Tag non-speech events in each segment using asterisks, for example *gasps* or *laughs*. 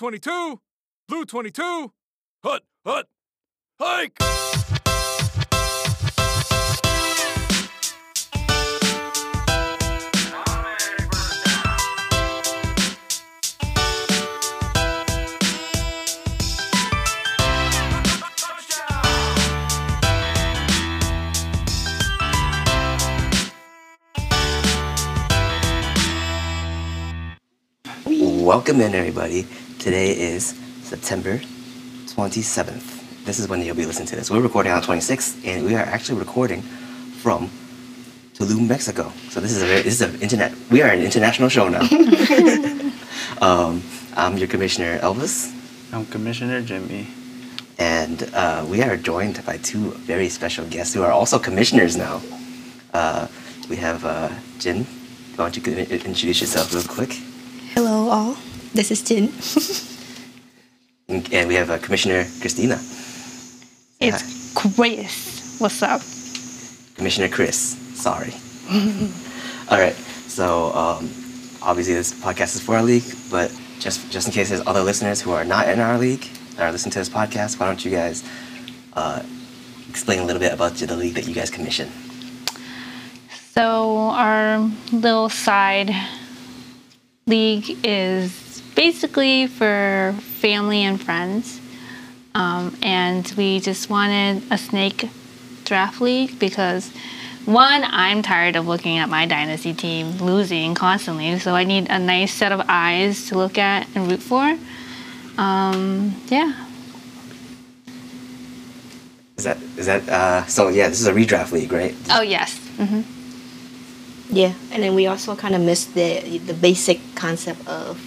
22! Blue 22! Hut, hut, hike! Welcome in, everybody. Today is September 27th. This is when you'll be listening to this. We're recording on the 26th, and we are actually recording from Tulum, Mexico. So this is a very, this is an internet. We are an international show now. um, I'm your commissioner, Elvis, I'm Commissioner Jimmy. and uh, we are joined by two very special guests who are also commissioners now. Uh, we have uh, Jin. Why don't you co- introduce yourself real quick? Hello, all. This is Jin. And and we have uh, Commissioner Christina. it's Chris. What's up? Commissioner Chris. Sorry. *laughs* All right. So um, obviously this podcast is for our league, but just just in case there's other listeners who are not in our league that are listening to this podcast, why don't you guys uh, explain a little bit about the league that you guys commission? So our little side league is basically for family and friends, um, and we just wanted a snake draft league because one, I'm tired of looking at my dynasty team losing constantly, so I need a nice set of eyes to look at and root for. Um, yeah. Is that is that uh, so? Yeah, this is a redraft league, right? Oh yes. hmm Yeah, and then we also kind of missed the the basic concept of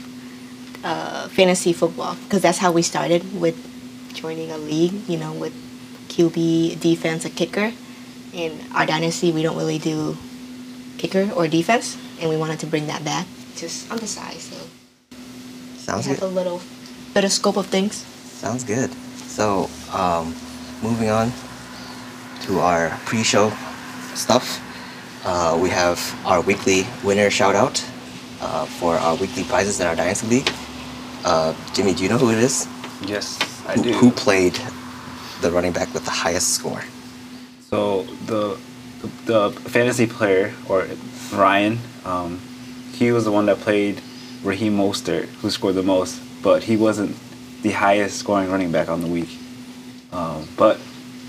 uh, fantasy football because that's how we started with joining a league. You know, with QB, defense, a kicker. In our dynasty, we don't really do kicker or defense, and we wanted to bring that back just on the side, so we Sounds have a good. little better scope of things. Sounds good. So um, moving on to our pre-show stuff. Uh, we have our weekly winner shout out uh, for our weekly prizes in our Dynasty League. Uh, Jimmy, do you know who it is? Yes, I who, do. Who played the running back with the highest score? So the the fantasy player or Ryan, um, he was the one that played Raheem Mostert, who scored the most, but he wasn't the highest scoring running back on the week. Um, but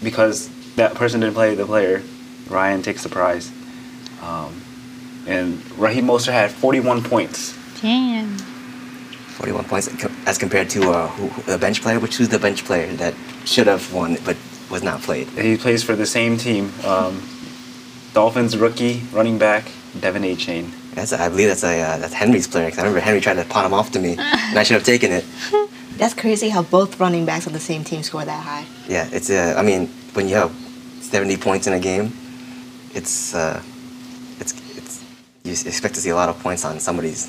because that person didn't play the player, Ryan takes the prize. Um, and Raheem Mostert had 41 points. Damn. 41 points co- as compared to uh, who, who- the bench player, which was the bench player that should have won but was not played. He plays for the same team. Um, Dolphins rookie running back Devin A. Chain. That's I believe that's a uh, that's Henry's player 'cause I remember Henry tried to pot him off to me and I should have taken it. That's crazy how both running backs on the same team score that high. Yeah, it's uh, I mean, when you have seventy points in a game, it's uh, it's it's you s- expect to see a lot of points on somebody's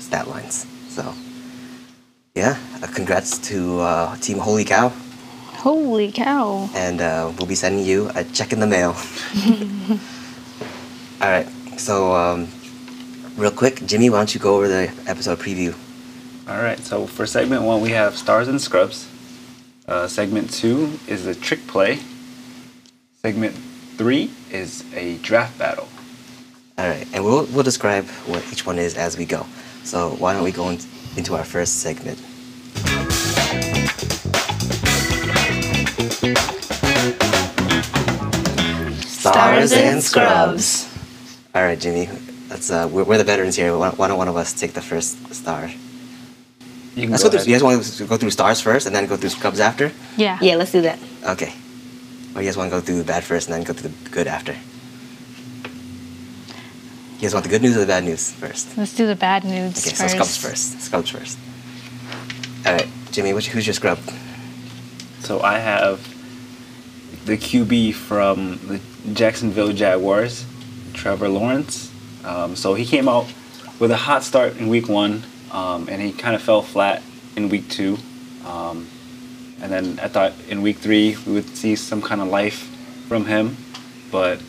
stat lines. So, yeah, uh, congrats to uh, Team Holy Cow, Holy cow. and uh, we'll be sending you a check in the mail. All right, so um, real quick, Jimmy, why don't you go over the episode preview? All right, so for segment one, we have Stars and Scrubs. Uh, segment two is a trick play. Segment three is a draft battle. All right, and we'll we'll describe what each one is as we go. So why don't we go in, into our first segment? Stars and scrubs. All right, Jimmy, let's. Uh, we're, we're the veterans here. Why, why don't one of us take the first star? You can Let's go go through. ahead. You guys want to go through stars first, and then go through scrubs after? Yeah. Yeah, let's do that. Okay. Or you guys want to go through the bad first, and then go through the good after? You guys want the good news or the bad news first? Let's do the bad news Okay, first. so scrubs first. Scrubs first. All right, Jimmy, which, who's your scrub? So I have the QB from the Jacksonville Jaguars, Trevor Lawrence. Um, so he came out with a hot start in week one, um, and he kind of fell flat in week two. Um, and then I thought in week three we would see some kind of life from him, but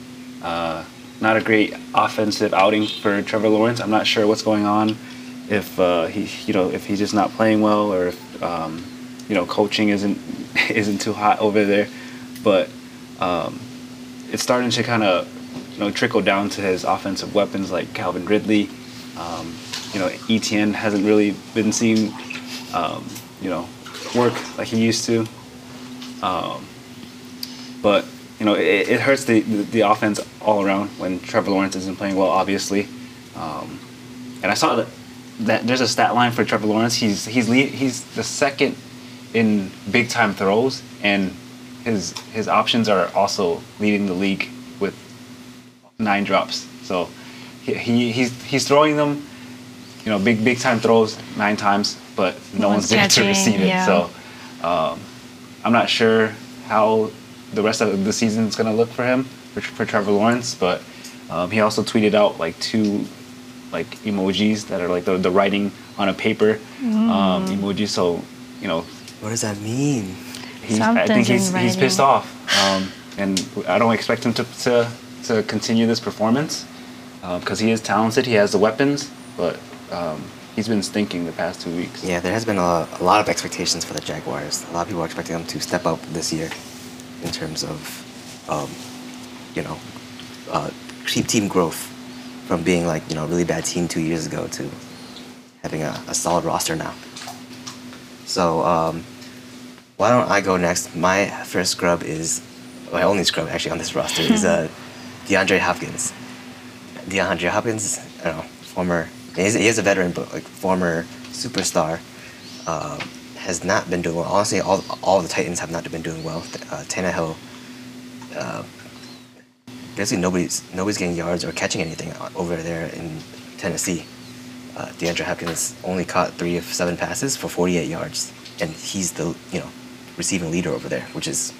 uh, not a great offensive outing for Trevor Lawrence. I'm not sure what's going on if uh, he you know if he's just not playing well or if um, you know coaching isn't *laughs* isn't too hot over there, but um, it's starting to kind of you know trickle down to his offensive weapons like Calvin Ridley. Um, you know Etn hasn't really been seen um, you know work like he used to, um, but you know it, it hurts the, the the offense all around when Trevor Lawrence isn't playing well, obviously. Um, and I saw that, that there's a stat line for Trevor Lawrence. He's he's lead, he's the second in big time throws, and his his options are also leading the league with nine drops. So he, he he's he's throwing them, you know, big big time throws nine times, but no No one's one's there to catching, receive it. yeah. So um, I'm not sure how the rest of the season is going to look for him for, for Trevor Lawrence, but um, he also tweeted out like two like emojis that are like the, the writing on a paper Mm. um, emoji. So you know What does that mean? he's, I think Something's in he's, he's pissed writing. off, um, and I don't expect him to to, to continue this performance because he is talented. He has the weapons, but um, he's been stinking the past two weeks. Yeah, there has been a, a lot of expectations for the Jaguars. A lot of people are expecting them to step up this year in terms of, um, you know, uh, cheap team growth from being like, you know, a really bad team two years ago to having a, a solid roster now. So, um, why don't I go next? My first scrub is, my only scrub actually on this *laughs* roster is uh, DeAndre Hopkins. DeAndre Hopkins, I don't know, former, he is, he is a veteran, but like former superstar, um, has not been doing well. Honestly, all, all the Titans have not been doing well. Uh, Tannehill, uh, basically nobody's nobody's getting yards or catching anything o- over there in Tennessee. Uh, DeAndre Hopkins only caught three of seven passes for 48 yards, and he's the you know receiving leader over there, which is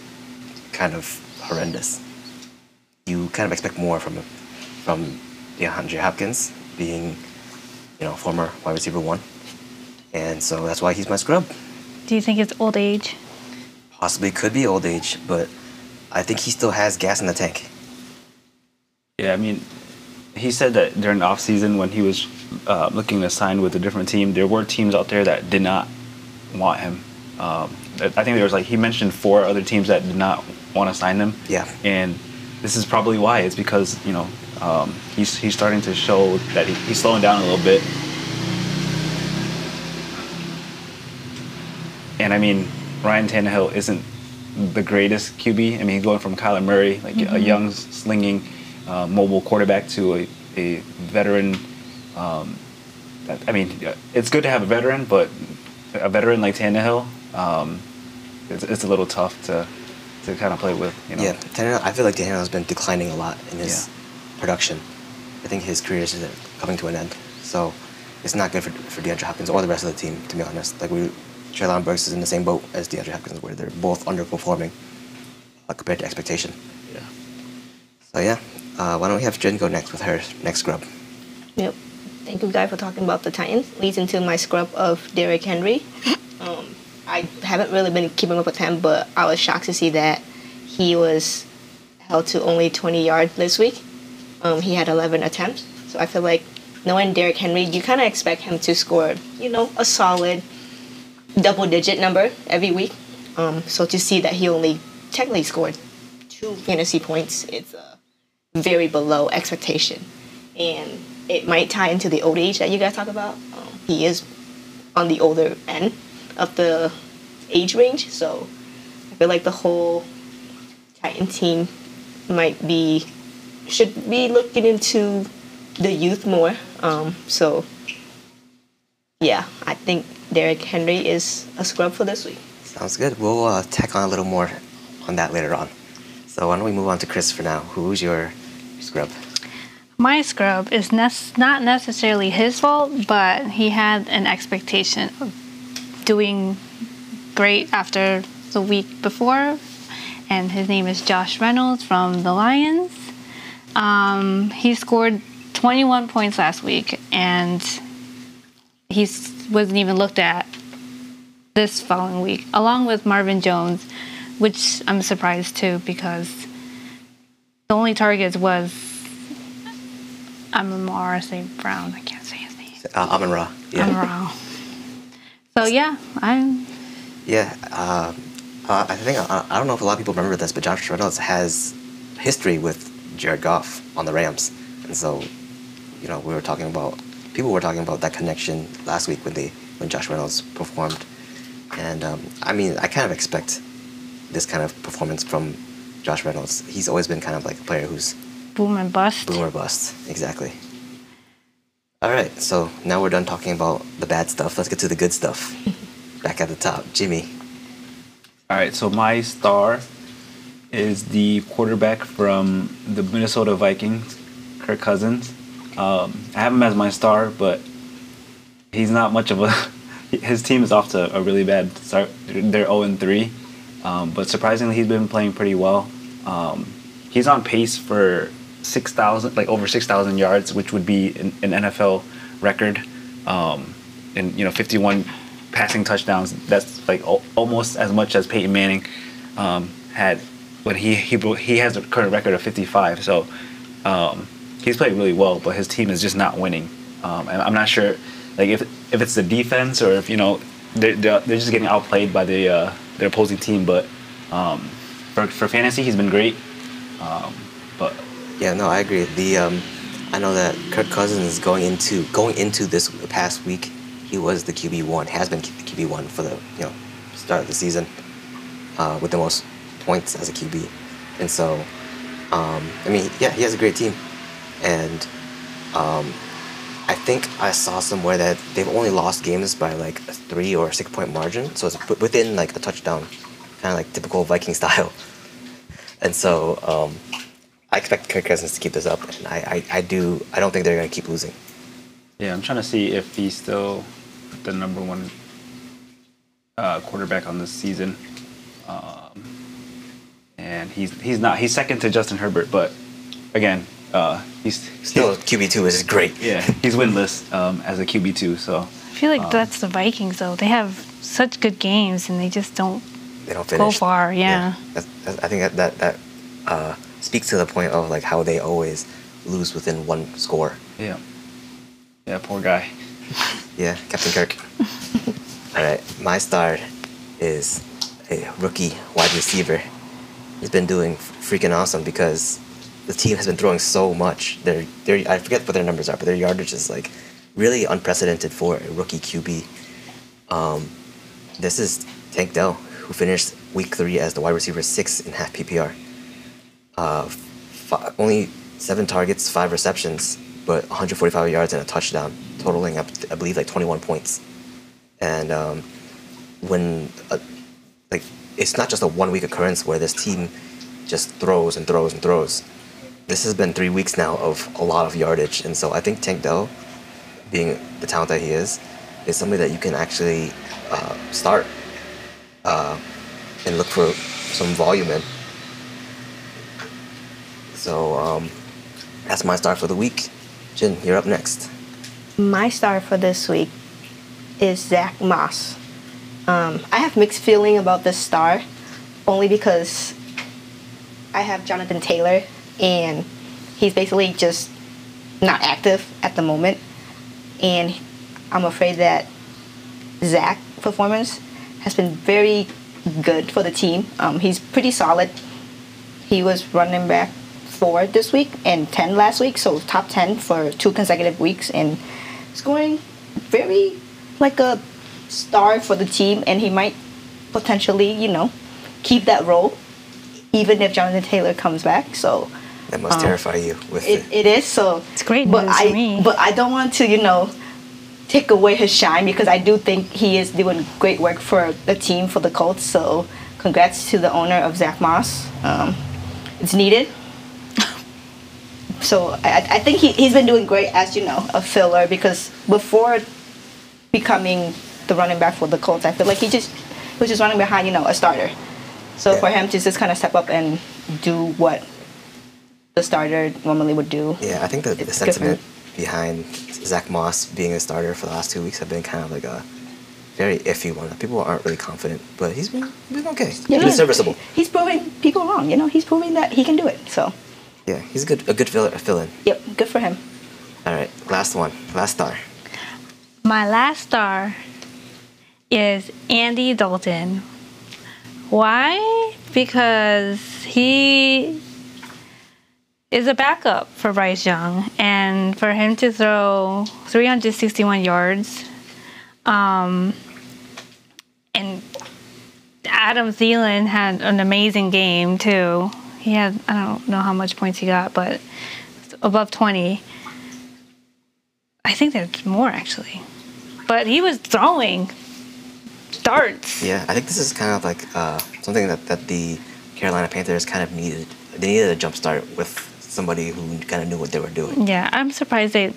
kind of horrendous you kind of expect more from from DeAndre Hopkins being, you know, former wide receiver one, and so that's why he's my scrub. Do you think it's old age? Possibly could be old age, but I think he still has gas in the tank. Yeah, I mean, he said that during the offseason when he was uh, looking to sign with a different team, there were teams out there that did not want him. Um, I I think there was like he mentioned four other teams that did not want to sign him. Yeah. and this is probably why. It's because you know um, he's he's starting to show that he, he's slowing down a little bit. And I mean, Ryan Tannehill isn't the greatest QB. I mean, he's going from Kyler Murray, like a young, slinging, uh, mobile quarterback, to a, a veteran. Um, that- I mean, yeah, it's good to have a veteran, but a veteran like Tannehill, um, it's, it's a little tough to to kind of play with. You know? Yeah, Tannehill, I feel like Tannehill has been declining a lot in his production. I think his career is coming to an end, so it's not good for, for DeAndre Hopkins or the rest of the team, to be honest. Like we, Traylon Burks is in the same boat as DeAndre Hopkins, where they're both underperforming uh, compared to expectation. Yeah. So yeah, uh, why don't we have Jen go next with her next scrub? Yep. Thank you guys for talking about the Titans. Leads into my scrub of Derrick Henry. Um, I haven't really been keeping up with him, but I was shocked to see that he was held to only 20 yards this week. Um, he had 11 attempts. So I feel like knowing Derrick Henry, you kind of expect him to score, you know, a solid double digit number every week. Um, so to see that he only technically scored two fantasy points, it's uh, very below expectation and it might tie into the old age that you guys talk about. Um, he is on the older end of the age range, so I feel like the whole Titan team might be should be looking into the youth more. Um, so yeah, I think Derrick Henry is a scrub for this week. Sounds good. We'll uh, tack on a little more on that later on. So why don't we move on to Chris for now? Who's your scrub? My scrub is nes- not necessarily his fault, but he had an expectation of doing great after the week before. And his name is Josh Reynolds from the Lions. Um, he scored 21 points last week, and he s- wasn't even looked at this following week, along with Marvin Jones, which I'm surprised too because the only targets was I'm Amara St. Brown. I can't say his name. uh, Amon Ra. Yeah. Overall. So yeah, I'm Yeah, uh, uh, I think I, I don't know if a lot of people remember this, but Josh Reynolds has history with Jared Goff on the Rams, and so you know we were talking about people were talking about that connection last week when they when Josh Reynolds performed, and um, I mean I kind of expect this kind of performance from Josh Reynolds. He's always been kind of like a player who's boom and bust. boom or bust, exactly. All right, so now we're done talking about the bad stuff. Let's get to the good stuff. Back at the top, Jimmy. All right, so my star is the quarterback from the Minnesota Vikings, Kirk Cousins. Um, I have him as my star, but he's not much of a. *laughs* His team is off to a really bad start. They're 0 and 3, um, but surprisingly, he's been playing pretty well. Um, he's on pace for 6,000, like over 6,000 yards, which would be an, an NFL record. Um, and, you know, 51 passing touchdowns. That's like al- almost as much as Peyton Manning um, had when he, he, bro- he has a current record of 55. So, um, he's played really well, but his team is just not winning. Um, and I'm not sure, like if if it's the defense or if you know they're they're, they're just getting outplayed by the uh, their opposing team. But um, for for fantasy, he's been great. Um, but Yeah, no, I agree. The um, I know that Kirk Cousins is going into going into this past week. He was the QB one, has been the QB one for the you know start of the season, uh, with the most points as a QB, and so um, I mean, yeah, he has a great team, and um, I think I saw somewhere that they've only lost games by like a three or six point margin, so it's wi- within like a touchdown, kind of like typical Viking *laughs* style, and so. Um, I expect Kirk Cousins to keep this up, and I, I, I do. I don't think they're going to keep losing. yeah, I'm trying to see if he's still the number one uh, quarterback on this season. Um, and he's he's not. He's second to Justin Herbert, but again, uh, he's Still, QB two is great. Yeah, he's winless um, as a QB two. So I feel like that's the Vikings though. They have such good games and they just don't *laughs* They don't finish. far, yeah. That's, that's, I think that that, that uh, speaks to the point of like how they always lose within one score. yeah, yeah, poor guy. Yeah, Captain Kirk. All right, my star is a rookie wide receiver. He's been doing freaking awesome because the team has been throwing so much. Their, their I forget what their numbers are, but their yardage is like really unprecedented for a rookie QB. Um, this is Tank Dell, who finished week three as the wide receiver six in half PPR. Uh, fi- only seven targets, five receptions, but 145 yards and a touchdown, totaling up, I believe, like 21 points. And um, when, uh like, it's not just a one week occurrence where this team just throws and throws and throws. This has been three weeks now of a lot of yardage, and so I think Tank Dell, being the talent that he is, is somebody that you can actually uh, start uh, and look for some volume in. So um, that's my start for the week. Jin, you're up next. My star for this week is Zach Moss. Um, I have mixed feeling about this star, only because I have Jonathan Taylor, and he's basically just not active at the moment, and I'm afraid that Zach performance has been very good for the team. Um, he's pretty solid. He was running back four this week and ten last week, so top ten for two consecutive weeks, and scoring very like a star for the team. And he might potentially, you know, keep that role even if Jonathan Taylor comes back. So That must terrify you with Um, it, the, it is so. It's great but news I, to me. But I don't want to, you know, take away his shine because I do think he is doing great work for the team for the Colts. So congrats to the owner of Zach Moss. Um, it's needed. So I, I- I think he, he's been doing great as you know a filler because before becoming the running back for the Colts, I feel like he just he was just running behind you know a starter. So Yeah. for him to just kind of step up and do what the starter normally would do. yeah. I think the, the It's sentiment behind Zach Moss being a starter for the last two weeks have been kind of like a very iffy one. People aren't really confident, but he's been he's been okay. Yeah, he's been serviceable. He's proving people wrong. You know, he's proving that he can do it. So, Yeah, he's a good a good fill, fill in. yep, good for him. All right, last one, last star. My last star is Andy Dalton. Why? Because he is a backup for Bryce Young, and for him to throw 361 yards, um, and Adam Thielen had an amazing game too. He had I don't know how much points he got, but it's above 20. I think that's more actually, but he was throwing darts. Yeah, I think this is kind of like uh, something that, that the Carolina Panthers kind of needed. They needed a jump start with somebody who kind of knew what they were doing. Yeah, I'm surprised they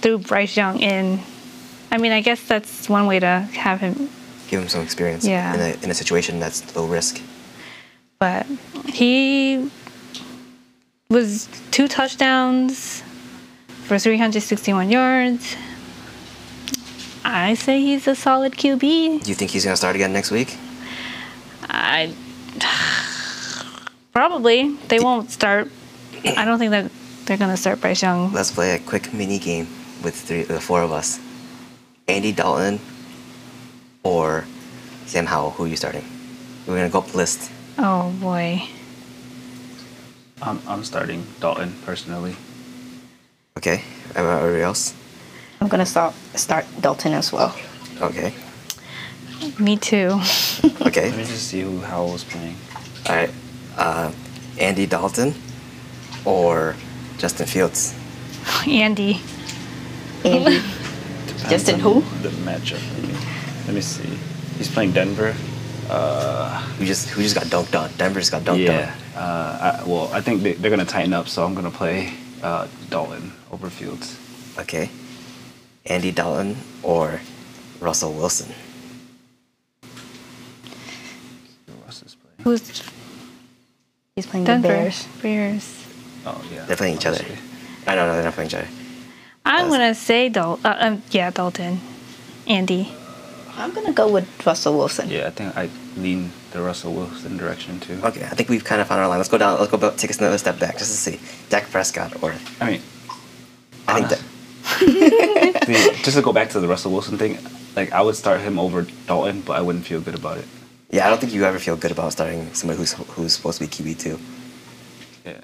threw Bryce Young in. I mean, I guess that's one way to have him, Give them some experience Yeah. in, a, in a situation that's low risk. but he was two touchdowns for 361 yards. I say he's a solid QB. Do you think he's going to start again next week? I *sighs* probably they won't start. I don't think that they're gonna start Bryce Young. Let's play a quick mini game with three, the four of us. Andy Dalton or Sam Howell. Who are you starting? We're gonna go up the list. Oh boy. I'm, I'm starting Dalton personally. Okay. Everybody else. I'm gonna start start Dalton as well. Okay. Me too. *laughs* Let me Okay. just see who Howell's playing. All right. Uh, Andy Dalton or Justin Fields. Andy. Andy. Justin on who? The matchup. Let me, let me see. He's playing Denver. Uh, Who just who just got dunked on? Denver just got dunked yeah. Uh, I, well, I think they, they're gonna tighten up, so I'm gonna play uh, Dalton over Fields. on. Okay. Andy Dalton or Russell Wilson. Who else is playing? Who's He's playing Denver? the Bears. Bears. Oh yeah. They're playing each other. obviously. I don't know. They're not playing each other. I'm Yes. gonna say Dal. Uh, um, yeah, Dalton. Andy. I'm gonna go with Russell Wilson. Yeah, I think I lean the Russell Wilson direction too. Okay, I think we've kind of found our line. Let's go down. Let's go back, take us another step back just to see Dak Prescott or I mean, I think Uh. that I mean, *laughs* just to go back to the Russell Wilson thing, like I would start him over Dalton, but I wouldn't feel good about it. yeah, I don't think you ever feel good about starting somebody who's who's supposed to be QB two. Yeah.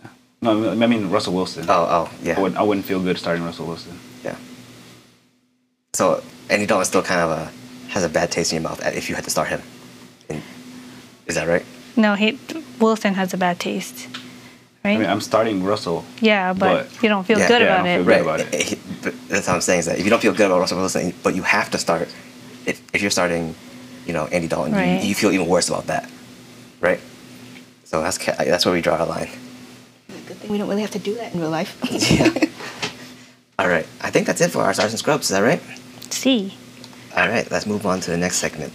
No, I mean- I mean Russell Wilson. Oh, oh, I yeah, wouldn't, I wouldn't feel good starting Russell Wilson. yeah. So Andy Dalton still kind of a, has a bad taste in your mouth if you had to start him. And, is that right? No, he Wilson has a bad taste, right? I mean, I'm starting Russell. yeah, but, but- you don't feel Yeah, good yeah, I about don't it. feel Eh, good. about it. eh, but *laughs* that's what I'm saying is that if you don't feel good about Russell Wilson, but you have to start, if, if you're starting, you know, Andy Dalton, Right. you, you feel even worse about that, right? So that's ca- that's where we draw our line. Good thing we don't really have to do that in real life. yeah. *laughs* All right. I think that's it for our stars and scrubs. Is that right? See, All right. Let's move on to the next segment.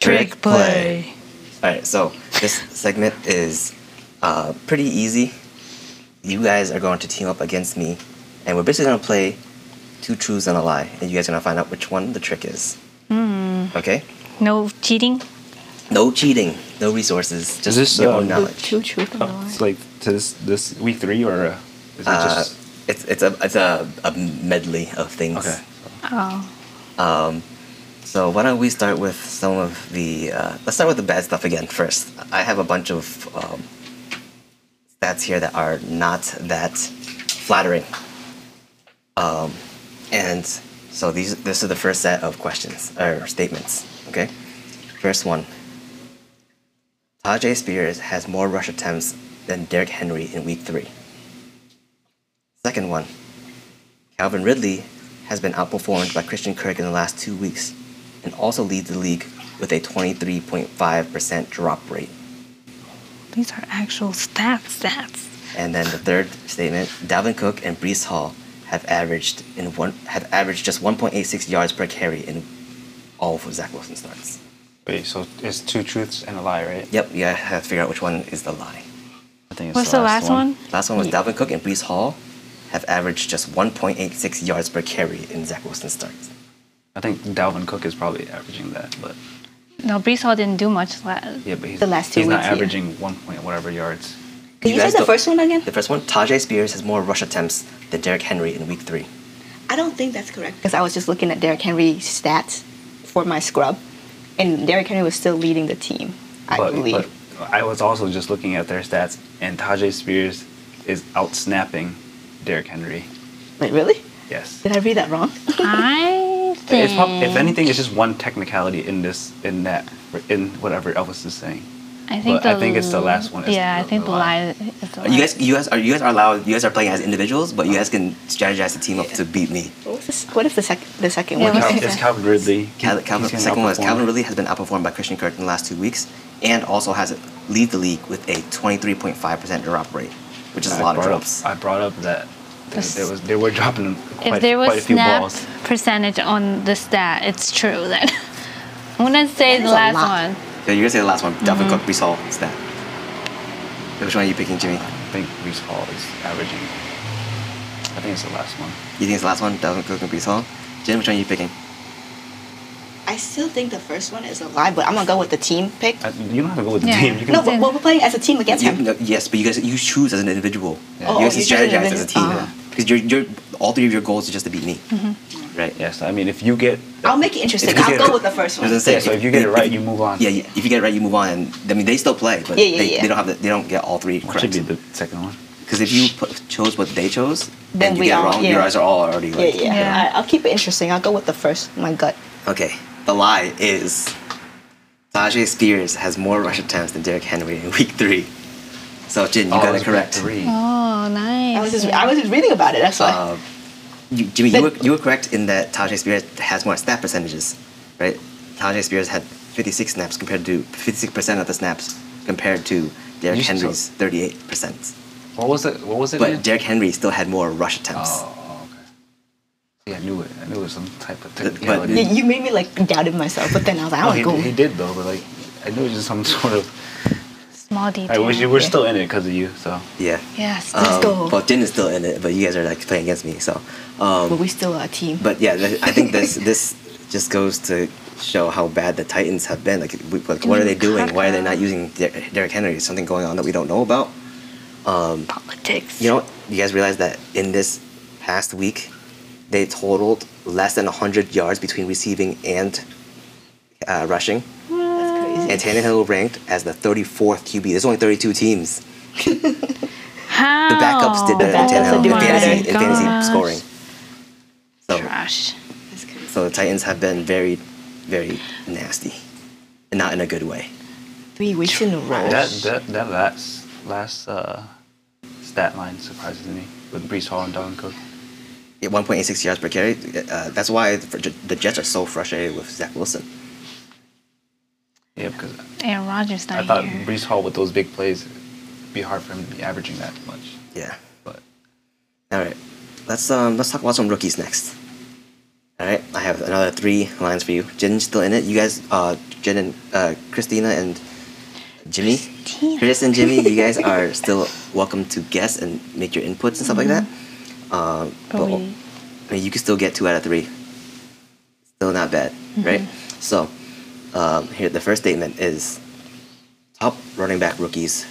Trick play. All right. So this segment is uh, pretty easy. You guys are going to team up against me, and we're basically going to play two truths and a lie, and you guys are going to find out which one the trick is. Okay. No cheating. No cheating. No resources. Just this, your uh, own knowledge. *laughs* True, true. Oh, it's like to this this week three or uh, is it Uh, just it's it's a it's a, a medley of things. okay? Oh, Um, so why don't we start with some of the uh, let's start with the bad stuff again first. I have a bunch of um, stats here that are not that flattering. Um, and so these this is the first set of questions or statements. Okay, first one. Tajay Spears has more rush attempts than Derrick Henry in Week Three. Second one. Calvin Ridley has been outperformed by Christian Kirk in the last two weeks and also leads the league with a 23.5% drop rate. these are actual stats. Stats. And then the third statement, Dalvin Cook and Brees Hall have averaged in one have averaged just 1.86 yards per carry in all of Zach Wilson starts. Wait, so it's two truths and a lie, right? Yep, you gotta have to figure out which one is the lie. I think it's What's the last one? Last one was Dalvin Cook and Brees Hall have averaged just 1.86 yards per carry in Zach Wilson starts. I think Dalvin Cook is probably averaging that, but No, Brees Hall didn't do much. La- yeah, but he's The last two he's not weeks, yeah. averaging one point whatever yards. Can you, say the don't- first one again? The first one, Tajay Spears has more rush attempts than Derrick Henry in week three. I don't think that's correct because I was just looking at Derrick Henry's stats for my scrub, and Derrick Henry was still leading the team, I but, believe. but I was also just looking at their stats, and Tajay Spears is out snapping Derrick Henry. Wait, really? Yes. Did I read that wrong? *laughs* I think. It's prob- if anything, it's just one technicality in this, in that, in whatever Elvis is saying. I think, but I the- think it's the last one. It's Yeah, the- I think the the lie. lie is the You lie. guys, you guys are you guys are allowed. You guys are playing as individuals, but Uh-huh. you guys can strategize the team up to beat me. what, was this, *laughs* what is the second? The second Yeah, one? what's Cal- Okay. it's Calvin Ridley. Cal- He's Calvin, the gonna second one is outperform. Calvin Ridley has been outperformed by Christian Kirk in the last two weeks, and also has lead the league with a 23.5% drop rate, which is I a lot of brought up- drops. I brought up that there, This- there was they were dropping quite, if there was quite a few snap balls. percentage on the stat, it's true then. *laughs* I'm gonna say That is the a last lot. one. Yeah, you're gonna say the last one. Mm-hmm. Dalvin Cook, Brees Hall, it's that. Which one are you picking, Jimmy? I think Reese Hall is averaging. I think it's the last one. You think it's the last one? Dalvin Cook and Brees Hall. Jim, which one are you picking? I still think the first one is a lie, but I'm gonna go with the team pick. I, you don't have to go with the Yeah. team. You can No, but, but we're playing as a team against You- him. no, yes, but you guys you choose as an individual. you Yeah. guys Oh, can you choose as an strategize as a team. individual. Uh-huh. Because you're, you're, all three of your goals are just to beat me. Mm-hmm. Right? Yes, I mean if you get. I'll make it interesting. If you I'll get go it- with the first I was one. gonna say, Yeah, so if you get it right, you move on. Yeah, yeah, if you get it right, you move on. And I mean, they still play, but Yeah, yeah, they, yeah. they don't have the, they don't get all three What should correct. be the second one? Because if you put, chose what they chose, Then and you we get it all- wrong, your yeah. eyes are all already Yeah, like. yeah. Yeah. I, I'll keep it interesting. I'll go with the first. My gut. Okay, the lie is Tajay Spears has more rush attempts than Derrick Henry in week three. So Jin, you Oh, got was it correct. Three. Oh, I nice. was just I was just reading about it. That's why. Uh, you, Jimmy, you were, But- you were correct in that Tajay Spears has more snap percentages, right? Tajay Spears had 56 snaps compared to 56% of the snaps compared to Derrick You should Henry's 38%. What was it? What was it? again? But Derrick Henry still had more rush attempts. Oh, okay. Yeah, I knew it. I knew it was some type of but- technicality. you, you made me like doubted myself, but then I was like, No, I he, want he to go. did though, but like I knew it was just some *laughs* sort of. Small detail. I wish you were Yeah. still in it because of you. So Yeah. Um, Yes. Let's go. Well, Jin is still in it, but you guys are like playing against me, so. Um, But we still are a team. But yeah, th- I think this this just goes to show how bad the Titans have been. Like, we, like what are they doing? Why are they not using Der- Derrick Henry? Is something going on that we don't know about? Um, politics. You know, you guys realize that in this past week, they totaled less than 100 yards between receiving and uh, rushing. That's crazy. And Tannehill ranked as the 34th QB. There's only 32 teams. How? The backups did better than backups are Tannehill in doing fantasy, better. in fantasy scoring. So, Trash. That's crazy. so the Titans have been very, very nasty, and not in a good way. Three weeks in a row. that that that last last uh, stat line surprises me with Brees Hall and Dalvin Cook. At 1.86 yards per carry. Uh, that's why the, the Jets are so frustrated with Zach Wilson. Yeah, because Aaron Rodgers not I thought here. Brees Hall with those big plays, it'd be hard for him to be averaging that much. Yeah. But All right, let's um let's talk about some rookies next. All right, I have another three lines for you. Jin's still in it. You guys, uh, Jin and uh, Christina and Jimmy, Chris and Jimmy, you guys are still welcome to guess and make your inputs and stuff like that. Um, But but we- I mean, you can still get two out of three. Still not bad, right? So, um, here the first statement is top running back rookies,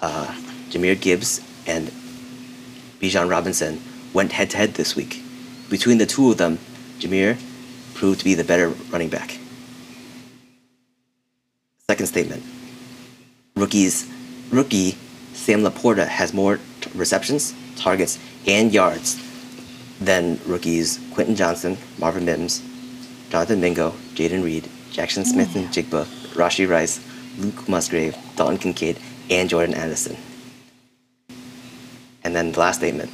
uh, Jameer Gibbs and Bijan Robinson went head to head this week. Between the two of them, Jameer proved to be the better running back. Second statement: Rookies, rookie Sam Laporta has more t- receptions, targets, and yards than rookies Quentin Johnson, Marvin Mims, Jonathan Mingo, Jaden Reed, Jackson Smith and Jigba, Rashi Rice, Luke Musgrave, Dalton Kincaid, and Jordan Addison. And then the last statement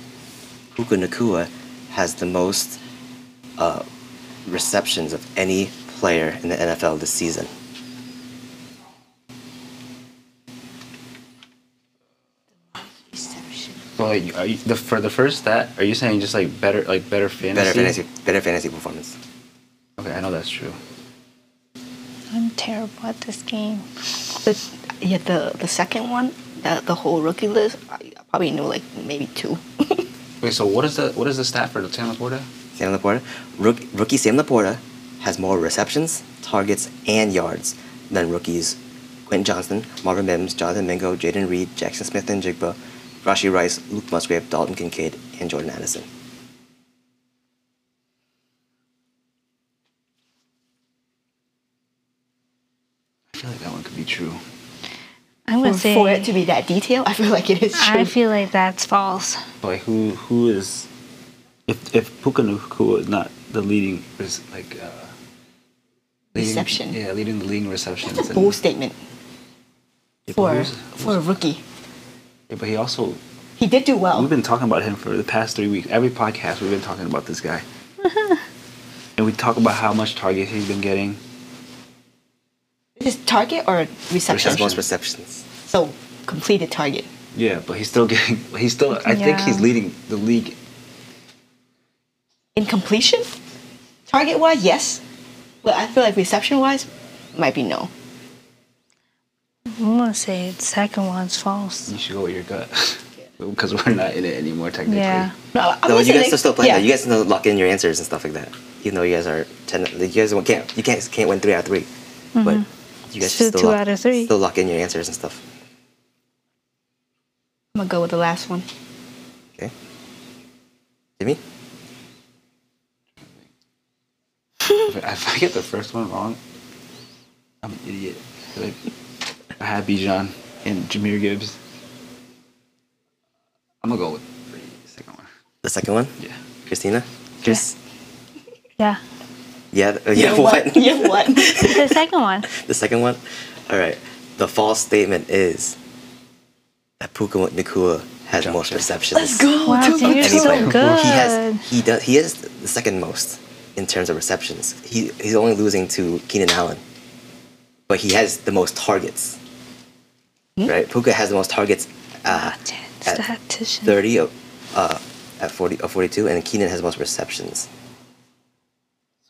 Puka Nakua has the most uh, receptions of any player in the NFL this season. Deception. so like, you- are you, the for the first stat, are you saying just like better like better fantasy? Better fantasy, better fantasy performance. Okay, I know that's true. I'm terrible at this game. The, yeah, the the second one, the, the whole rookie list, I, I probably knew like maybe two. Wait, so what is the what is the stat for the Tampa Florida? Sam Laporta, rook, rookie Sam Laporta has more receptions, targets, and yards than rookies Quentin Johnson, Marvin Mims, Jonathan Mingo, Jaden Reed, Jackson Smith and Jigba, Rashi Rice, Luke Musgrave, Dalton Kincaid, and Jordan Addison. I feel like that one could be true. I For, would say. for it to be that detailed, *laughs* I feel like it is true. I feel like that's false. Like who who is if if Puka Nacua is not the leading res- like uh, leading- Reception. Yeah, leading the leading receptions. That's a and- bold statement Yeah, but for who's- for a rookie. yeah, but he also He did do well. we've been talking about him for the past three weeks. Every podcast we've been talking about this *laughs* guy. and we talk about how much targets he's been getting. His target or reception? Has most receptions. So completed target. Yeah, but he's still getting. He's still. I think he's Yeah. leading the league. Incompletion? Target wise, yes. But I feel like reception wise, might be no. I'm gonna say the second one's false. You should go with your gut *laughs* because we're not in it anymore technically. Yeah. No, I'm No, you guys listening. are still playing. Yeah. that. You guys can still lock in your answers and stuff like that. Even though you guys are ten, you guys can't you can't can't win three out of 3 but you guys Still should still Mm-hmm. two lock, out of three. Still lock in your answers and stuff. I'm gonna go with the last one. Okay, Jimmy. If I- If I get the first one wrong, I'm an idiot. 'Cause I- I had Bijan and Jameer Gibbs. I'm gonna go with the second one. The second one, Yeah. Christina. Chris. Yeah. Yeah. uh, *laughs* Yeah. You know *laughs* What? You know what? The *gasps* second one. *laughs* the second one. All right. The false statement is that Puka Nakua has most receptions. Let's go. Wow, Two so you're votes. so Anyway, good. He has he does he is the second most in terms of receptions. He he's only losing to Keenan Allen, but he has the most targets. Right, Puka has the most targets uh, at Statistician. thirty, uh, at forty, uh, forty-two, and Keenan has the most receptions.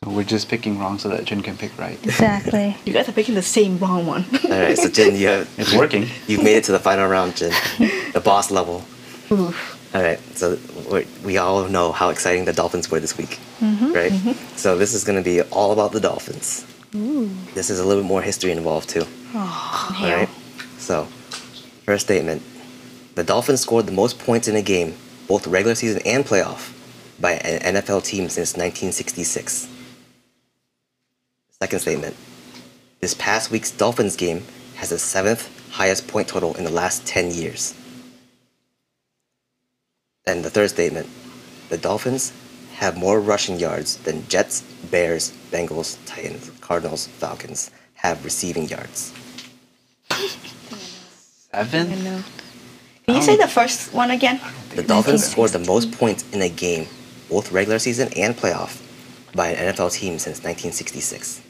So we're just picking wrong so that Jin can pick right. Exactly. You guys are picking the same wrong one. *laughs* All right, so Jin, you have, It's *laughs* working. You've made it to the final round, Jin, the boss level. Oof. All right, so we we all know how exciting the Dolphins were this week, right? So this is going to be all about the Dolphins. This is a little bit more history involved too. *laughs* all right. So, first statement: the Dolphins scored the most points in a game, both regular season and playoff, by an NFL team since 1966. Second statement: this past week's Dolphins game has the seventh highest point total in the last 10 years. And the third statement the Dolphins have more rushing yards than Jets, Bears, Bengals, Titans, Cardinals, Falcons have receiving yards. I Seven. know. Can you Um, say the first one again? The Dolphins scored the most points in a game, both regular season and playoff, by an NFL team since 1966.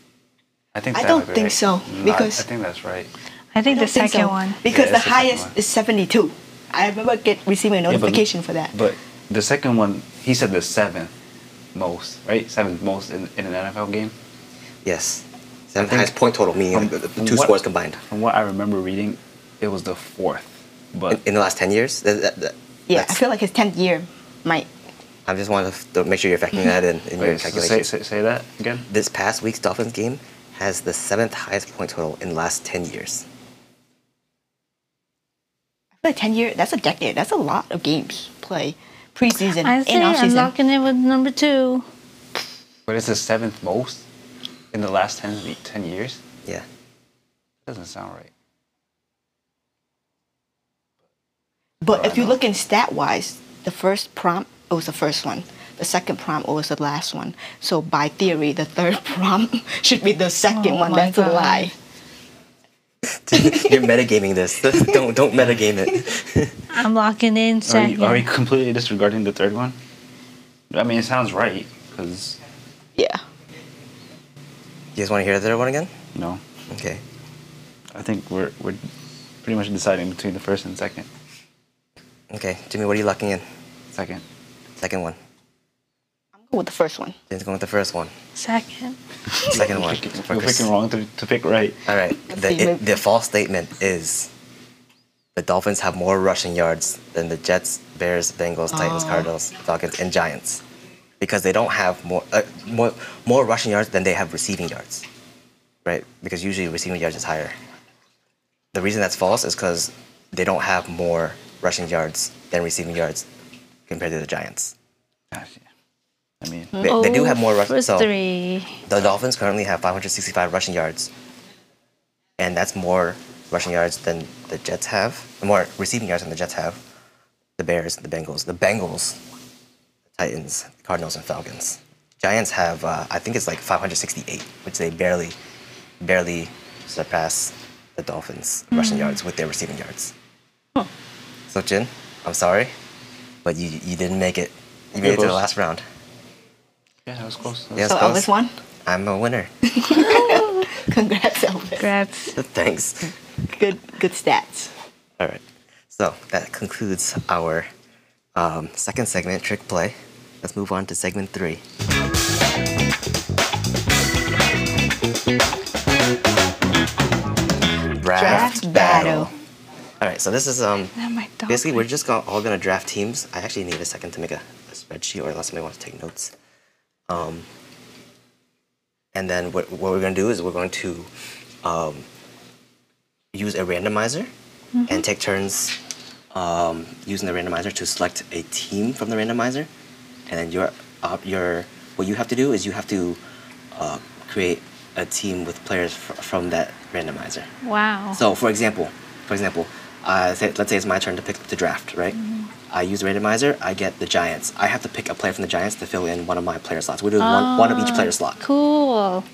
I think. I that don't might be think right. No, so, I- because- I think that's right. I think the don't think so, second one. Because Yeah, the it's the second highest one. is 72. I remember get receiving a Yeah, but- notification for that. But the second one, he said the seventh most, right? Seventh most in, in an NFL game. Yes. Seventh think- highest point total, meaning From- the, the from two what- scores combined. From what I remember reading, it was the fourth. But In, in the last 10 years? That- that- that- yeah, I that's- feel like his 10th year might. I just want to make sure you're factoring that in, in your wait, so say, calculations. say, say that again. This past week's Dolphins game has the seventh highest point total in the last 10 years. I feel like 10 year, that's a decade. That's a lot of games play preseason I say and off I'm season. locking in with number two. But it's the seventh most in the last 10, ye- 10 years. Yeah. *laughs* Doesn't sound right. But if you look in stat wise, the first prompt it was the first one. The second prompt it was the last one. So by theory, the third *laughs* prompt should be the second Oh one. my That's God. a lie. You're metagaming this. *laughs* don't don't metagame it. I'm locking Are in you, second. are we completely disregarding the third one? I mean, it sounds right because Yeah. You guys want to hear the other one again? you know, Okay. I think we're we're pretty much deciding between the first and second. Okay. Jimmy, what are you locking in? Second. Second one. I'm going with the first one. James going with the first one. Second. Second one. We're Focus. picking wrong to, to pick right. All right. see, The, it, maybe- the false statement is the Dolphins have more rushing yards than the Jets, Bears, Bengals, Titans, Cardinals, Falcons, and Giants because they don't have more uh, more more rushing yards than they have receiving yards, right? Because usually receiving yards is higher. The reason that's false is because they don't have more rushing yards than receiving yards compared to the Giants. Gosh, I mean, They, they do Oh, have more rushing. for So three. the Dolphins currently have 565 rushing yards, and that's more rushing yards than the Jets have, more receiving yards than the Jets have. The Bears, the Bengals, the Bengals, the Titans, the Cardinals, and Falcons. Giants have, uh, I think it's like 568, which they barely, barely surpass the Dolphins' rushing yards with their receiving yards. So Jin, I'm sorry, but you you didn't make it. You made it to the Bengals. last round. yeah, that was close. Yes, so Bengals. Elvis won. *laughs* I'm a winner. *laughs* Congrats, Elvis. Congrats. Thanks. Good, good stats. All right. So that concludes our um, second segment, trick play. Let's move on to segment three. Draft, All right. So this is um. Now my dog- Basically, we're just go- all gonna draft teams. I actually need a second to make a, a spreadsheet, or unless somebody wants to take notes. Um, and then what, what we're gonna do is we're going to um, use a randomizer and take turns um, using the randomizer to select a team from the randomizer. And then your uh, your what you have to do is you have to uh, create a team with players fr- from that randomizer. Wow. So, for example, for example, uh, say, let's say it's my turn to pick the draft, right? I use randomizer. I get the Giants. I have to pick a player from the Giants to fill in one of my player slots. We're doing one, one of each player slot. cool.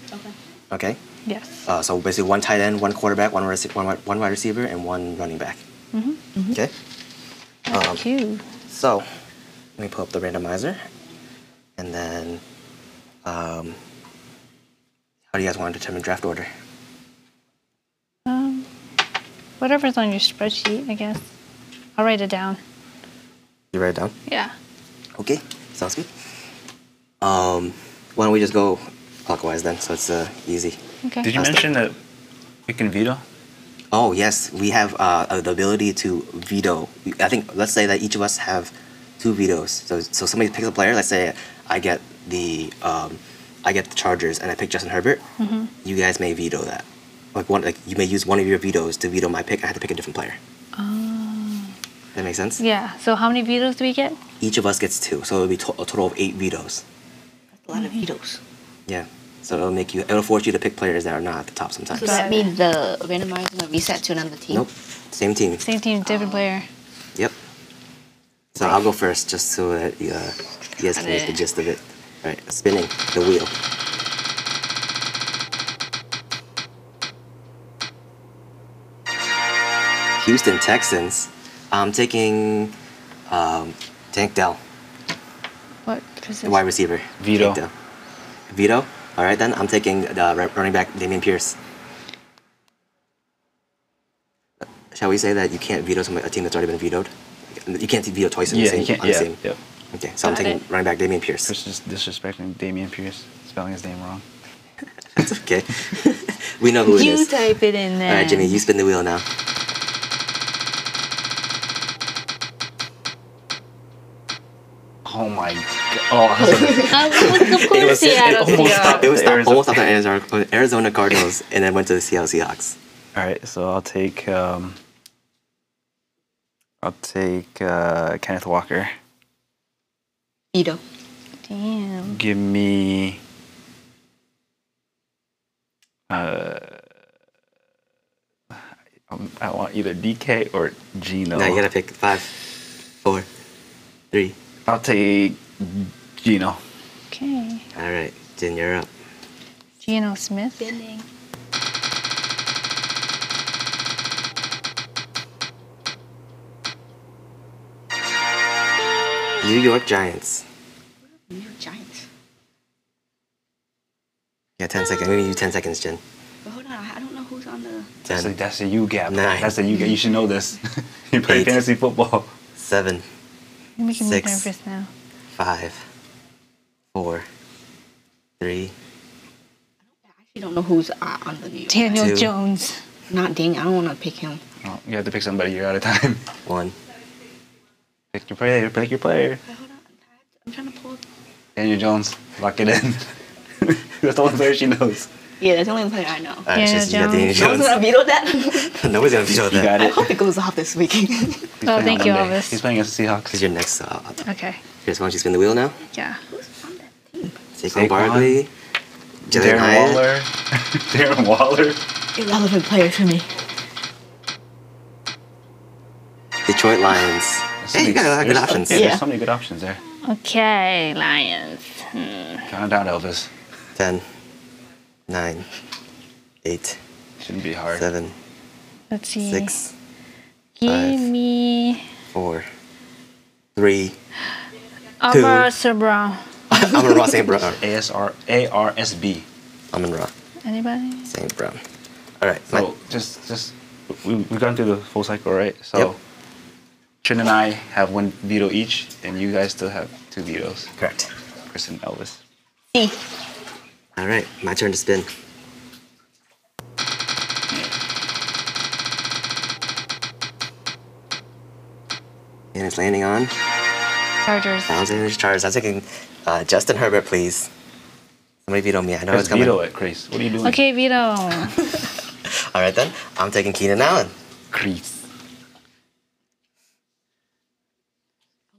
Okay. Yes. Uh, so basically, one tight end, one quarterback, one, rece- one, wi- one wide receiver, and one running back. Okay. Um, Cute. so let me pull up the randomizer, and then um, how do you guys want to determine draft order? Um, whatever's on your spreadsheet, I guess. I'll write it down. You write it down. Yeah. Okay, sounds good. Um, why don't we just go clockwise then, so it's uh, easy. Okay. Did you I'll start. mention that we can veto? Oh yes, we have uh, uh, the ability to veto. We- I think let's say that each of us have two vetoes. So so somebody picks a player. Let's say I get the um, I get the Chargers and I pick Justin Herbert. You guys may veto that. Like one, like you may use one of your vetoes to veto my pick. I have to pick a different player. That makes sense. yeah. So how many vetoes do we get? Each of us gets two, so it'll be to- a total of eight vetoes. A lot of vetoes. Yeah. So it'll make you. It'll force you to pick players that are not at the top sometimes. Does that Got it. mean the randomizer will reset to another team? Nope. Same team. Same team, different player. Yep. So I'll go first, just so that you, uh, you guys can get the gist of it. All right. Spinning the wheel. Houston Texans. I'm taking um, Tank Dell, What the position? wide receiver. Vito. Tank Dell. Vito. All right then. I'm taking the ru- running back Damian Pierce. Shall we say that you can't veto somebody, a team that's already been vetoed? You can't veto twice in the Yeah, same. you can't. on the Yeah, same. yeah. Okay, so I'm Got taking it. running back Damian Pierce. Chris is disrespecting Damian Pierce, spelling his name wrong. That's okay. *laughs* we know who it You is. All type it in there. right, Jimmy, you spin the wheel now. Oh my god! Oh, I was like, *laughs* of *laughs* course, Seattle. almost stopped Seattle. It was The stop, Arizona- almost off the Arizona, Arizona Cardinals and then went to the Seattle Seahawks. all right, so I'll take um, I'll take uh, Kenneth Walker. Veto. Damn. Give me uh, um, I want either DK or Gino. Now you gotta pick five, four, three. I'll take Gino. Okay. All right, Jin, you're up. Geno Smith. Spinning. New York Giants. New York Giants. Yeah, 10 seconds. Maybe you 10 seconds, Jin. But hold on, I don't know who's on the. 10, That's a, that's a you gap. Nine. That's a you gap. You should know this. *laughs* you play Eight. fantasy football. seven, You're making Six. me nervous now. five, four, three. I actually don't know who's uh, on the New York. Daniel Two. Jones. Not Daniel. I don't want to pick him. Oh, you have to pick somebody. You're out of time. *laughs* One. Pick your player. Pick your player. But hold on, I'm trying to pull. *laughs* Daniel Jones. Lock it in. that's the only player she knows. Yeah, that's the only player I know. All right, Yeah, Chase, you got Danny I was Jones. gonna veto that. *laughs* Nobody's gonna veto You that. got I it. hope it goes off this week. He's Oh, playing thank on you, Monday. Elvis. He's playing against the Because Seahawks. you're next. Uh, Okay. Chris, why don't you spin the wheel now? Yeah. Saquon Saquon. Barkley, Jalen Darren Hyatt. Waller. *laughs* Darren Waller. Irrelevant player for me. Detroit Lions. Hey, you got a lot of good There's- options. Yeah, Yeah. there's so many good options there. Okay, Lions. Count it out, Elvis. 10, 9, 8, Shouldn't be hard. 7, Let's see. 6, Give five. me 4, 3. Amara Sabra. I'm in Raw St. Brown. ASR ARSB. I'm in Raw Anybody? St. Brown. All right. So my- just just we we've gone through the full cycle, right? So Yep. Trin and I have one veto each, and you guys still have two vetoes, correct. Chris and Elvis. C. All right. My turn to spin. And it's landing on Chargers. Bounce Energy Chargers. I'm taking uh, Justin Herbert, please. Somebody veto me. I know Chris, it's coming. veto it, Chris. What are you doing? Okay, Vito. All right, then. I'm taking Keenan Allen. *laughs* Chris.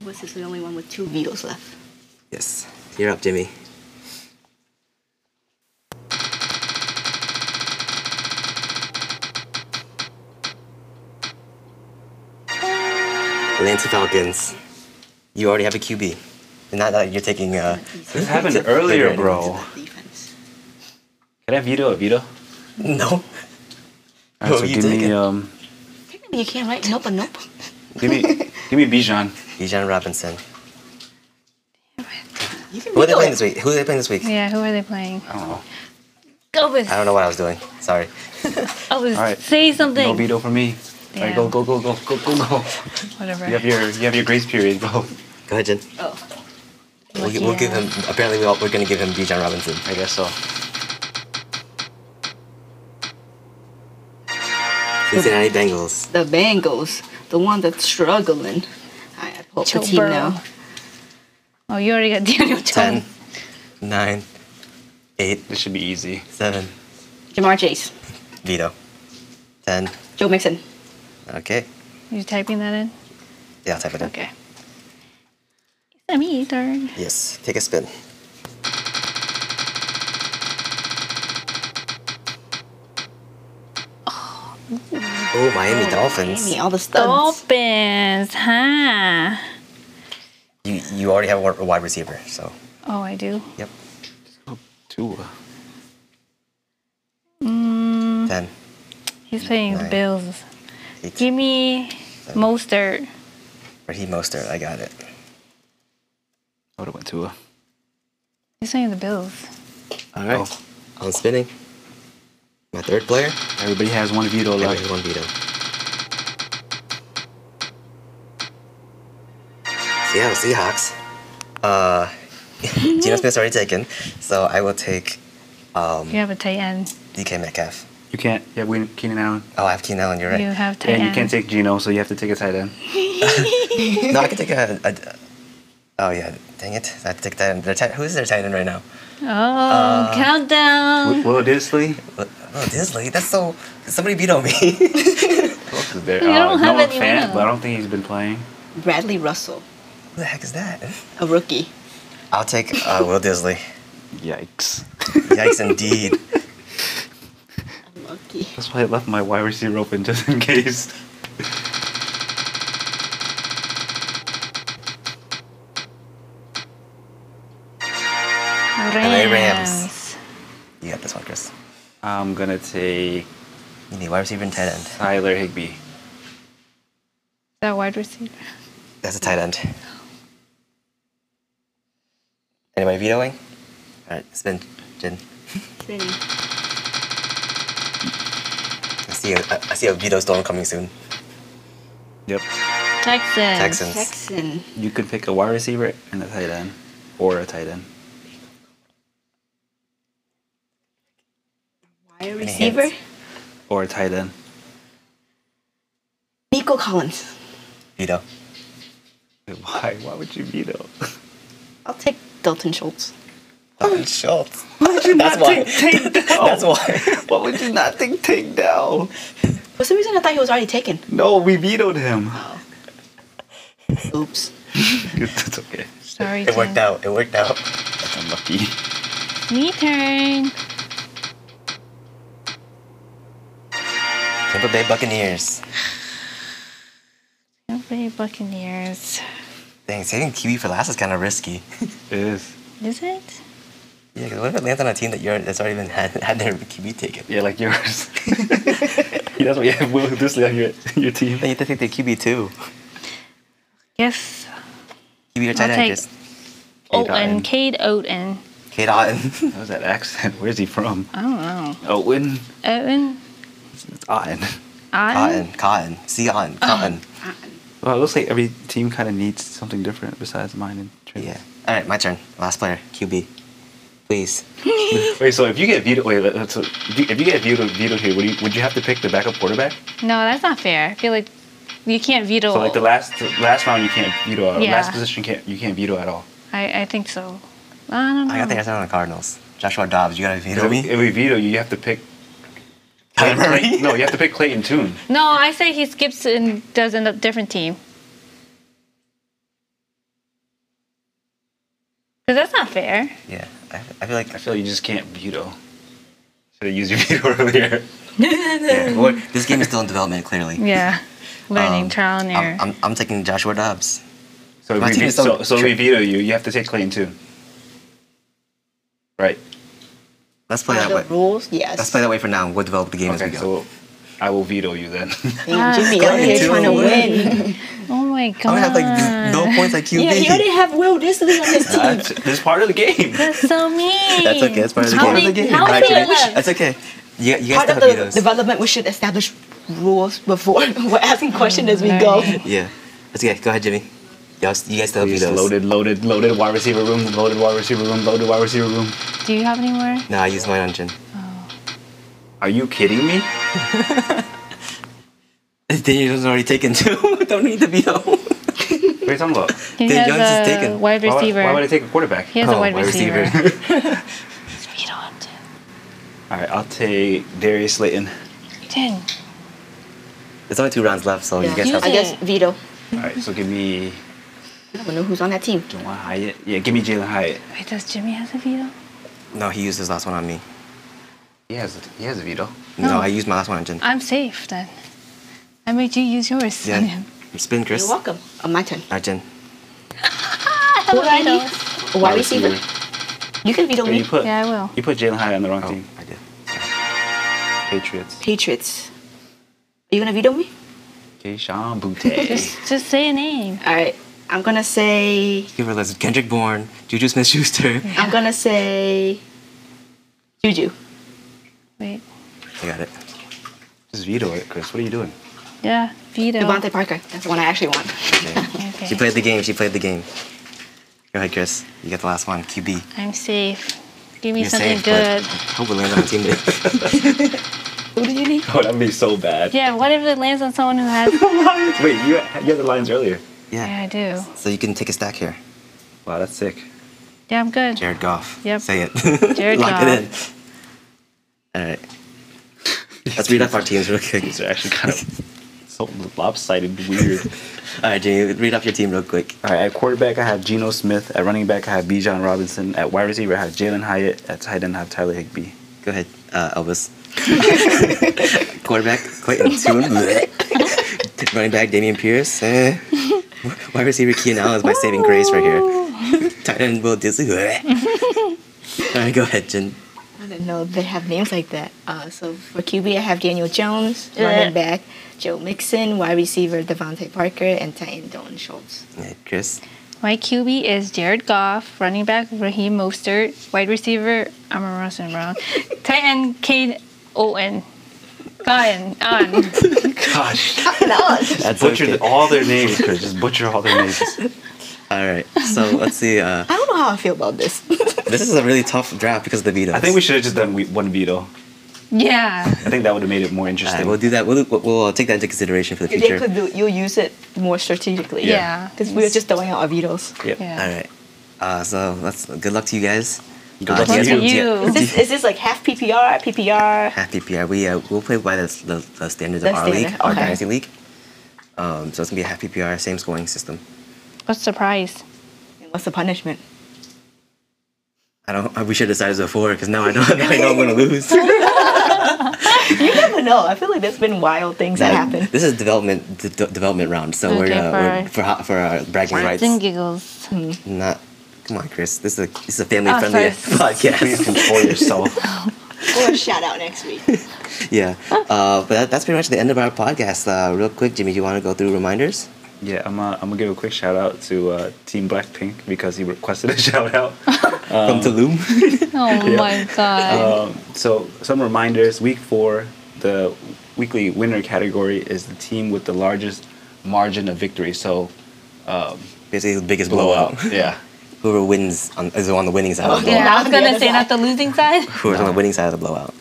This is the only one with two vetoes left. Yes. You're up, Jimmy. Atlanta Falcons. You already have a QB. And not that you're taking uh *laughs* This happened earlier, bro. Defense. Can I veto a veto? No. All right, Oh, so you give take me it. um, Technically, you can't write nope, but nope. *laughs* give me give me Bijan. Bijan Robinson. You can Who are they veto playing it. this week? Who are they playing this week? yeah, who are they playing? I don't know. Go with. I don't know what I was doing. Sorry. Elvis, All right. say something. No veto for me. All right, go go go go go go go. Whatever. You have your you have your grace period. Go. Go ahead, Jen. Oh, We'll, we'll give him apparently we all, we're gonna give him Bijan Robinson. I guess so. Cincinnati Bengals. the Bengals, the one that's struggling. I I pull up the Joe team Burrow. now. Oh, you already got *laughs* Daniel Ten, Jones. nine, eight, This should be easy. seven. Jamar Chase, Veto. 10. Joe Mixon, Okay. You typing that in? Yeah, I'll type it in. Okay. It's me either. Yes. Take a spin. Oh, Miami Dolphins. Amy, all the studs. Dolphins, huh? You, you already have a wi- a wide receiver, so. Oh, I do. Yep. Tua. 10. He's playing the Right. Bills. Eight. Give me Mostert. Raheem Mostert. I got it. I would have went Tua. He's playing the Bills. All right. Oh. I'm spinning. My third player. Everybody has one veto I left. have one veto. Seattle Seahawks. Uh, Geno Smith's already taken, so I will take You have a tight end. DK Metcalf. You can't. Yeah, we Keenan Allen. Oh, I have Keenan Allen. You're You right. have tight And end. you can't take Gino, so you have to take a tight end. No, I can take a. a oh yeah, dang it! I have to take that. Their tight, who's their tight end right now? oh, countdown. Will Disley? Oh, Disley. That's so. Somebody veto me. *laughs* Close is there. You don't have Noah anyone Fant, else. but I don't think he's been playing. Bradley Russell, Who the heck is that? a rookie. I'll take uh, Will Disley. Yikes. Yikes, indeed. Lucky. That's why I left my wide receiver open *laughs* just in case. Rams. Rams. You got this one, Chris. I'm gonna take You need wide receiver and tight end. Tyler Higby. That wide receiver. That's a tight end. Anybody vetoing? All right, spin, Jin. Spinning. I see a, I I see a veto storm coming soon. Yep. Texans. Texans. Texan. You could pick a wide receiver and a tight end, or a tight end. Wide receiver. hands? Or a tight end. *laughs* Nico Collins. Veto. Why? Why would you veto? I'll take Dalton Schultz. Don Oh, Schultz. Would *laughs* you That's not why. take *laughs* take down? That's why. What would you not think take down? For some reason, I thought he was already taken. No, we vetoed him. Oops. it's okay. Sorry. *laughs* It worked Tim. out. It worked out. I'm lucky. Me turn. Tampa Bay Buccaneers. Nobody Buccaneers. Dang, saving Kiwi for last is kind of risky. It is. Is it? Yeah, 'cause what if it lands on a team that you're that's already been had, had their QB taken? Yeah, like yours. *laughs* That's why you have Will Disley on your your team. Then you have to take their QB too. Yes. QB or I'll tight end, take- just Oaten. Cade Oaten. Kate Otten. That was that accent. Where's he from? I don't know. Owen. Oaten. It's Otten. Otten. Cotton, cotton, see cotton, cotton. Well, it looks like every team kind of needs something different besides mine and Trent's. Yeah. All right, my turn. Last player, QB. Please. Wait, so if you get vetoed, wait, let- so if you, if you get vetoed, vetoed here, would you would you have to pick the backup quarterback? No, that's not fair. I feel like you can't veto. So like the last the last round, you can't veto. At, Yeah. Last position can't you can't veto at all. I, I think so. I don't know. I got the Arizona Cardinals. Joshua Dobbs, you gotta veto if, me. If we veto, you have to pick. Kyler Murray? no, you have to pick Clayton Tune. No, I say he skips and does end up different team. Cause that's not fair. Yeah. I, I *laughs* feel like. I feel you just can't veto. Should have used your veto *laughs* earlier. Yeah. Well, this game is still in development, clearly. Yeah, *laughs* learning Um, trial and error. I'm, I'm, I'm taking Joshua Dobbs. So if My we, team ve- is so- so, so if we veto you, you have to take Clayton Tune. Right. Let's play By that the way. rules, yes. Let's play that way for now. We'll develop the game as Okay, we go. so I will veto you then. *laughs* Damn, Jimmy out Clayton here trying to win. oh my god. I'm gonna have like no points at QB. yeah, he already have Will Disley on his team. That's, that's part of the game. *laughs* That's so *laughs* mean. That's okay. That's part of the How game. we- That's okay. how we Actually, gonna- that's okay. You, you guys still Part of have the vetoes. development, we should establish rules before *laughs* we're asking questions as we go. yeah. That's okay. Go ahead, Jimmy. Y'all, you guys still have We just vetoes. loaded, loaded, loaded wide receiver room, loaded wide receiver room, loaded wide receiver room. Do you have any more? No, I used mine on Jim. *laughs* Are you kidding me? Daniel's already taken too. *laughs* Don't need the veto. What are you talking about? He Dude, Jones is has a taken. wide Why would- receiver. Why, would I take a quarterback? he has a Oh, wide wide *laughs* receiver. *laughs* receiver. Speed on Tim. All right, I'll take Darius Slayton. Tim. There's only two rounds left, so you guys Use have. I guess Vito. All right, so give me I don't know who's on that team. Jalen Hyatt. Yeah, give me Jalen Hyatt. Wait, does Jimmy have a veto? No, he used his last one on me. He has he has a veto. No, No. I used my last one on Jim. I'm safe then. I made you use yours. on Yeah. him. Spin, Chris. You're All welcome. On my turn. right, Jim. I have a Who do I veto. need? A Wide receiver. You can veto Yeah, you me. put Yeah, I will. you put Jalen Hyatt on the wrong Oh, team. I did. Patriots. Patriots. Are you gonna veto me? Keyshawn Boutte. *laughs* Just, just say a name. All right. I'm gonna say. Give her a list. Kendrick Bourne, Juju *laughs* Smith-Schuster. I'm gonna say. Juju. Wait. I got it. Just veto it, Chris. What are you doing? Yeah, veto. Devontae Parker. That's the one I actually want. Okay. She played the game. She played the game. Go ahead, Chris. You got the last one. QB. I'm safe. Give me You're something safe, good. but I hope it lands on the team *laughs* today. Who do you need? *laughs* Oh, that'd be so bad. Yeah, what if it lands on someone who *laughs* has? Wait, you you had the lines earlier. yeah, yeah. I do. So you can take a stack here. Wow, that's sick. Yeah, I'm good. Jared Goff. Yep. Say it. Jared *laughs* Lock it in. All right. Let's read off our teams real quick. These are actually kind *laughs* of so lopsided, weird. All right, Jimmy, read off your team real quick. All right, at quarterback, I have Geno Smith. At running back, I have Bijan Robinson. At wide receiver, I have Jalen Hyatt. At tight end, I have Tyler Higbee. Go ahead, uh, Elvis. *laughs* Quarterback, Clayton Tune. Blech. *laughs* Running back, Damian Pierce. Eh. *laughs* Wide receiver, Keenan Allen is my saving grace right *laughs* here. Tight end, Will Disley. Blech. All right, go ahead, Jen. I didn't know they have names like that. Uh, so for QB, I have Daniel Jones, running back Joe Mixon, wide receiver Devontae Parker, and tight end Don Schultz. Yeah, Chris. My QB is Jared Goff, running back Raheem Mostert, wide receiver Amon Ross and *laughs* Brown, tight end Cade Owen. Gotten on. *laughs* Gosh, *laughs* That's butchered okay. all their names, Chris. Just butcher all their names. All right, so let's see. Uh, I don't know how I feel about this. this is a really tough draft because of the vetoes. *laughs* I think we should have just done we- one veto. Yeah. I think that would have made it more All interesting. right, we'll do that. We'll, we'll, we'll take that into consideration for the they future. could do, you'll use it more strategically. Yeah. Because we were just throwing out our vetoes. Yep. Yeah. All right. Uh, so let's. Good luck to you guys. Good luck Uh, What yes, to we- you? Is this, is this like half PPR, PPR? half PPR. We uh, we'll play by the, the, the standards The of our standard, league, our okay. dynasty league. Um, so it's gonna be a half PPR, same scoring system. What's the price? And what's the punishment? I don't. I, we should have decided before because now I know. *laughs* Now I know I'm gonna lose. You never know. I feel like there's been wild things that Now, happen. This is development d- d- development round, so we're, Okay, uh, we're for for- ho- for our bragging Shits rights. and *laughs* giggles. Not. Come on, Chris. This is a this is a family friendly sorry. Please *laughs* podcast. control yourself. Or a shout out next *laughs* week. *laughs* yeah. Uh, but that, that's pretty much the end of our podcast. Uh, real quick, Jimmy, you want to go through reminders? Yeah, I'm, uh, I'm gonna give a quick shout out to uh, Team Blackpink because he requested a *laughs* shout out. From Tulum. *laughs* Oh my god. Uh, Um, so some reminders: Week four, the weekly winner category is the team with the largest margin of victory. So Basically, the biggest blowout. *laughs* Yeah. Whoever wins on, is on the winning side. of the Okay. blowout. yeah, I was on the gonna other say side. not the losing side. Whoever's on the winning side of the blowout.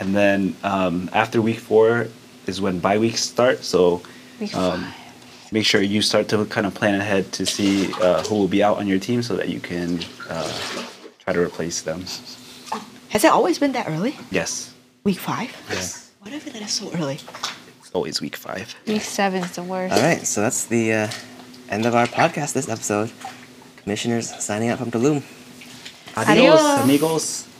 And then um, after week four is when bye weeks start. So Week um, five. make sure you start to kind of plan ahead to see uh, who will be out on your team so that you can uh, try to replace them. Has it always been that early? Yes, Week five? Yes. What if that is so early? it's always week five. Week seven's the worst. All right, so that's the uh, end of our podcast this episode. Commissioners signing out from Tulum. Adios. amigos.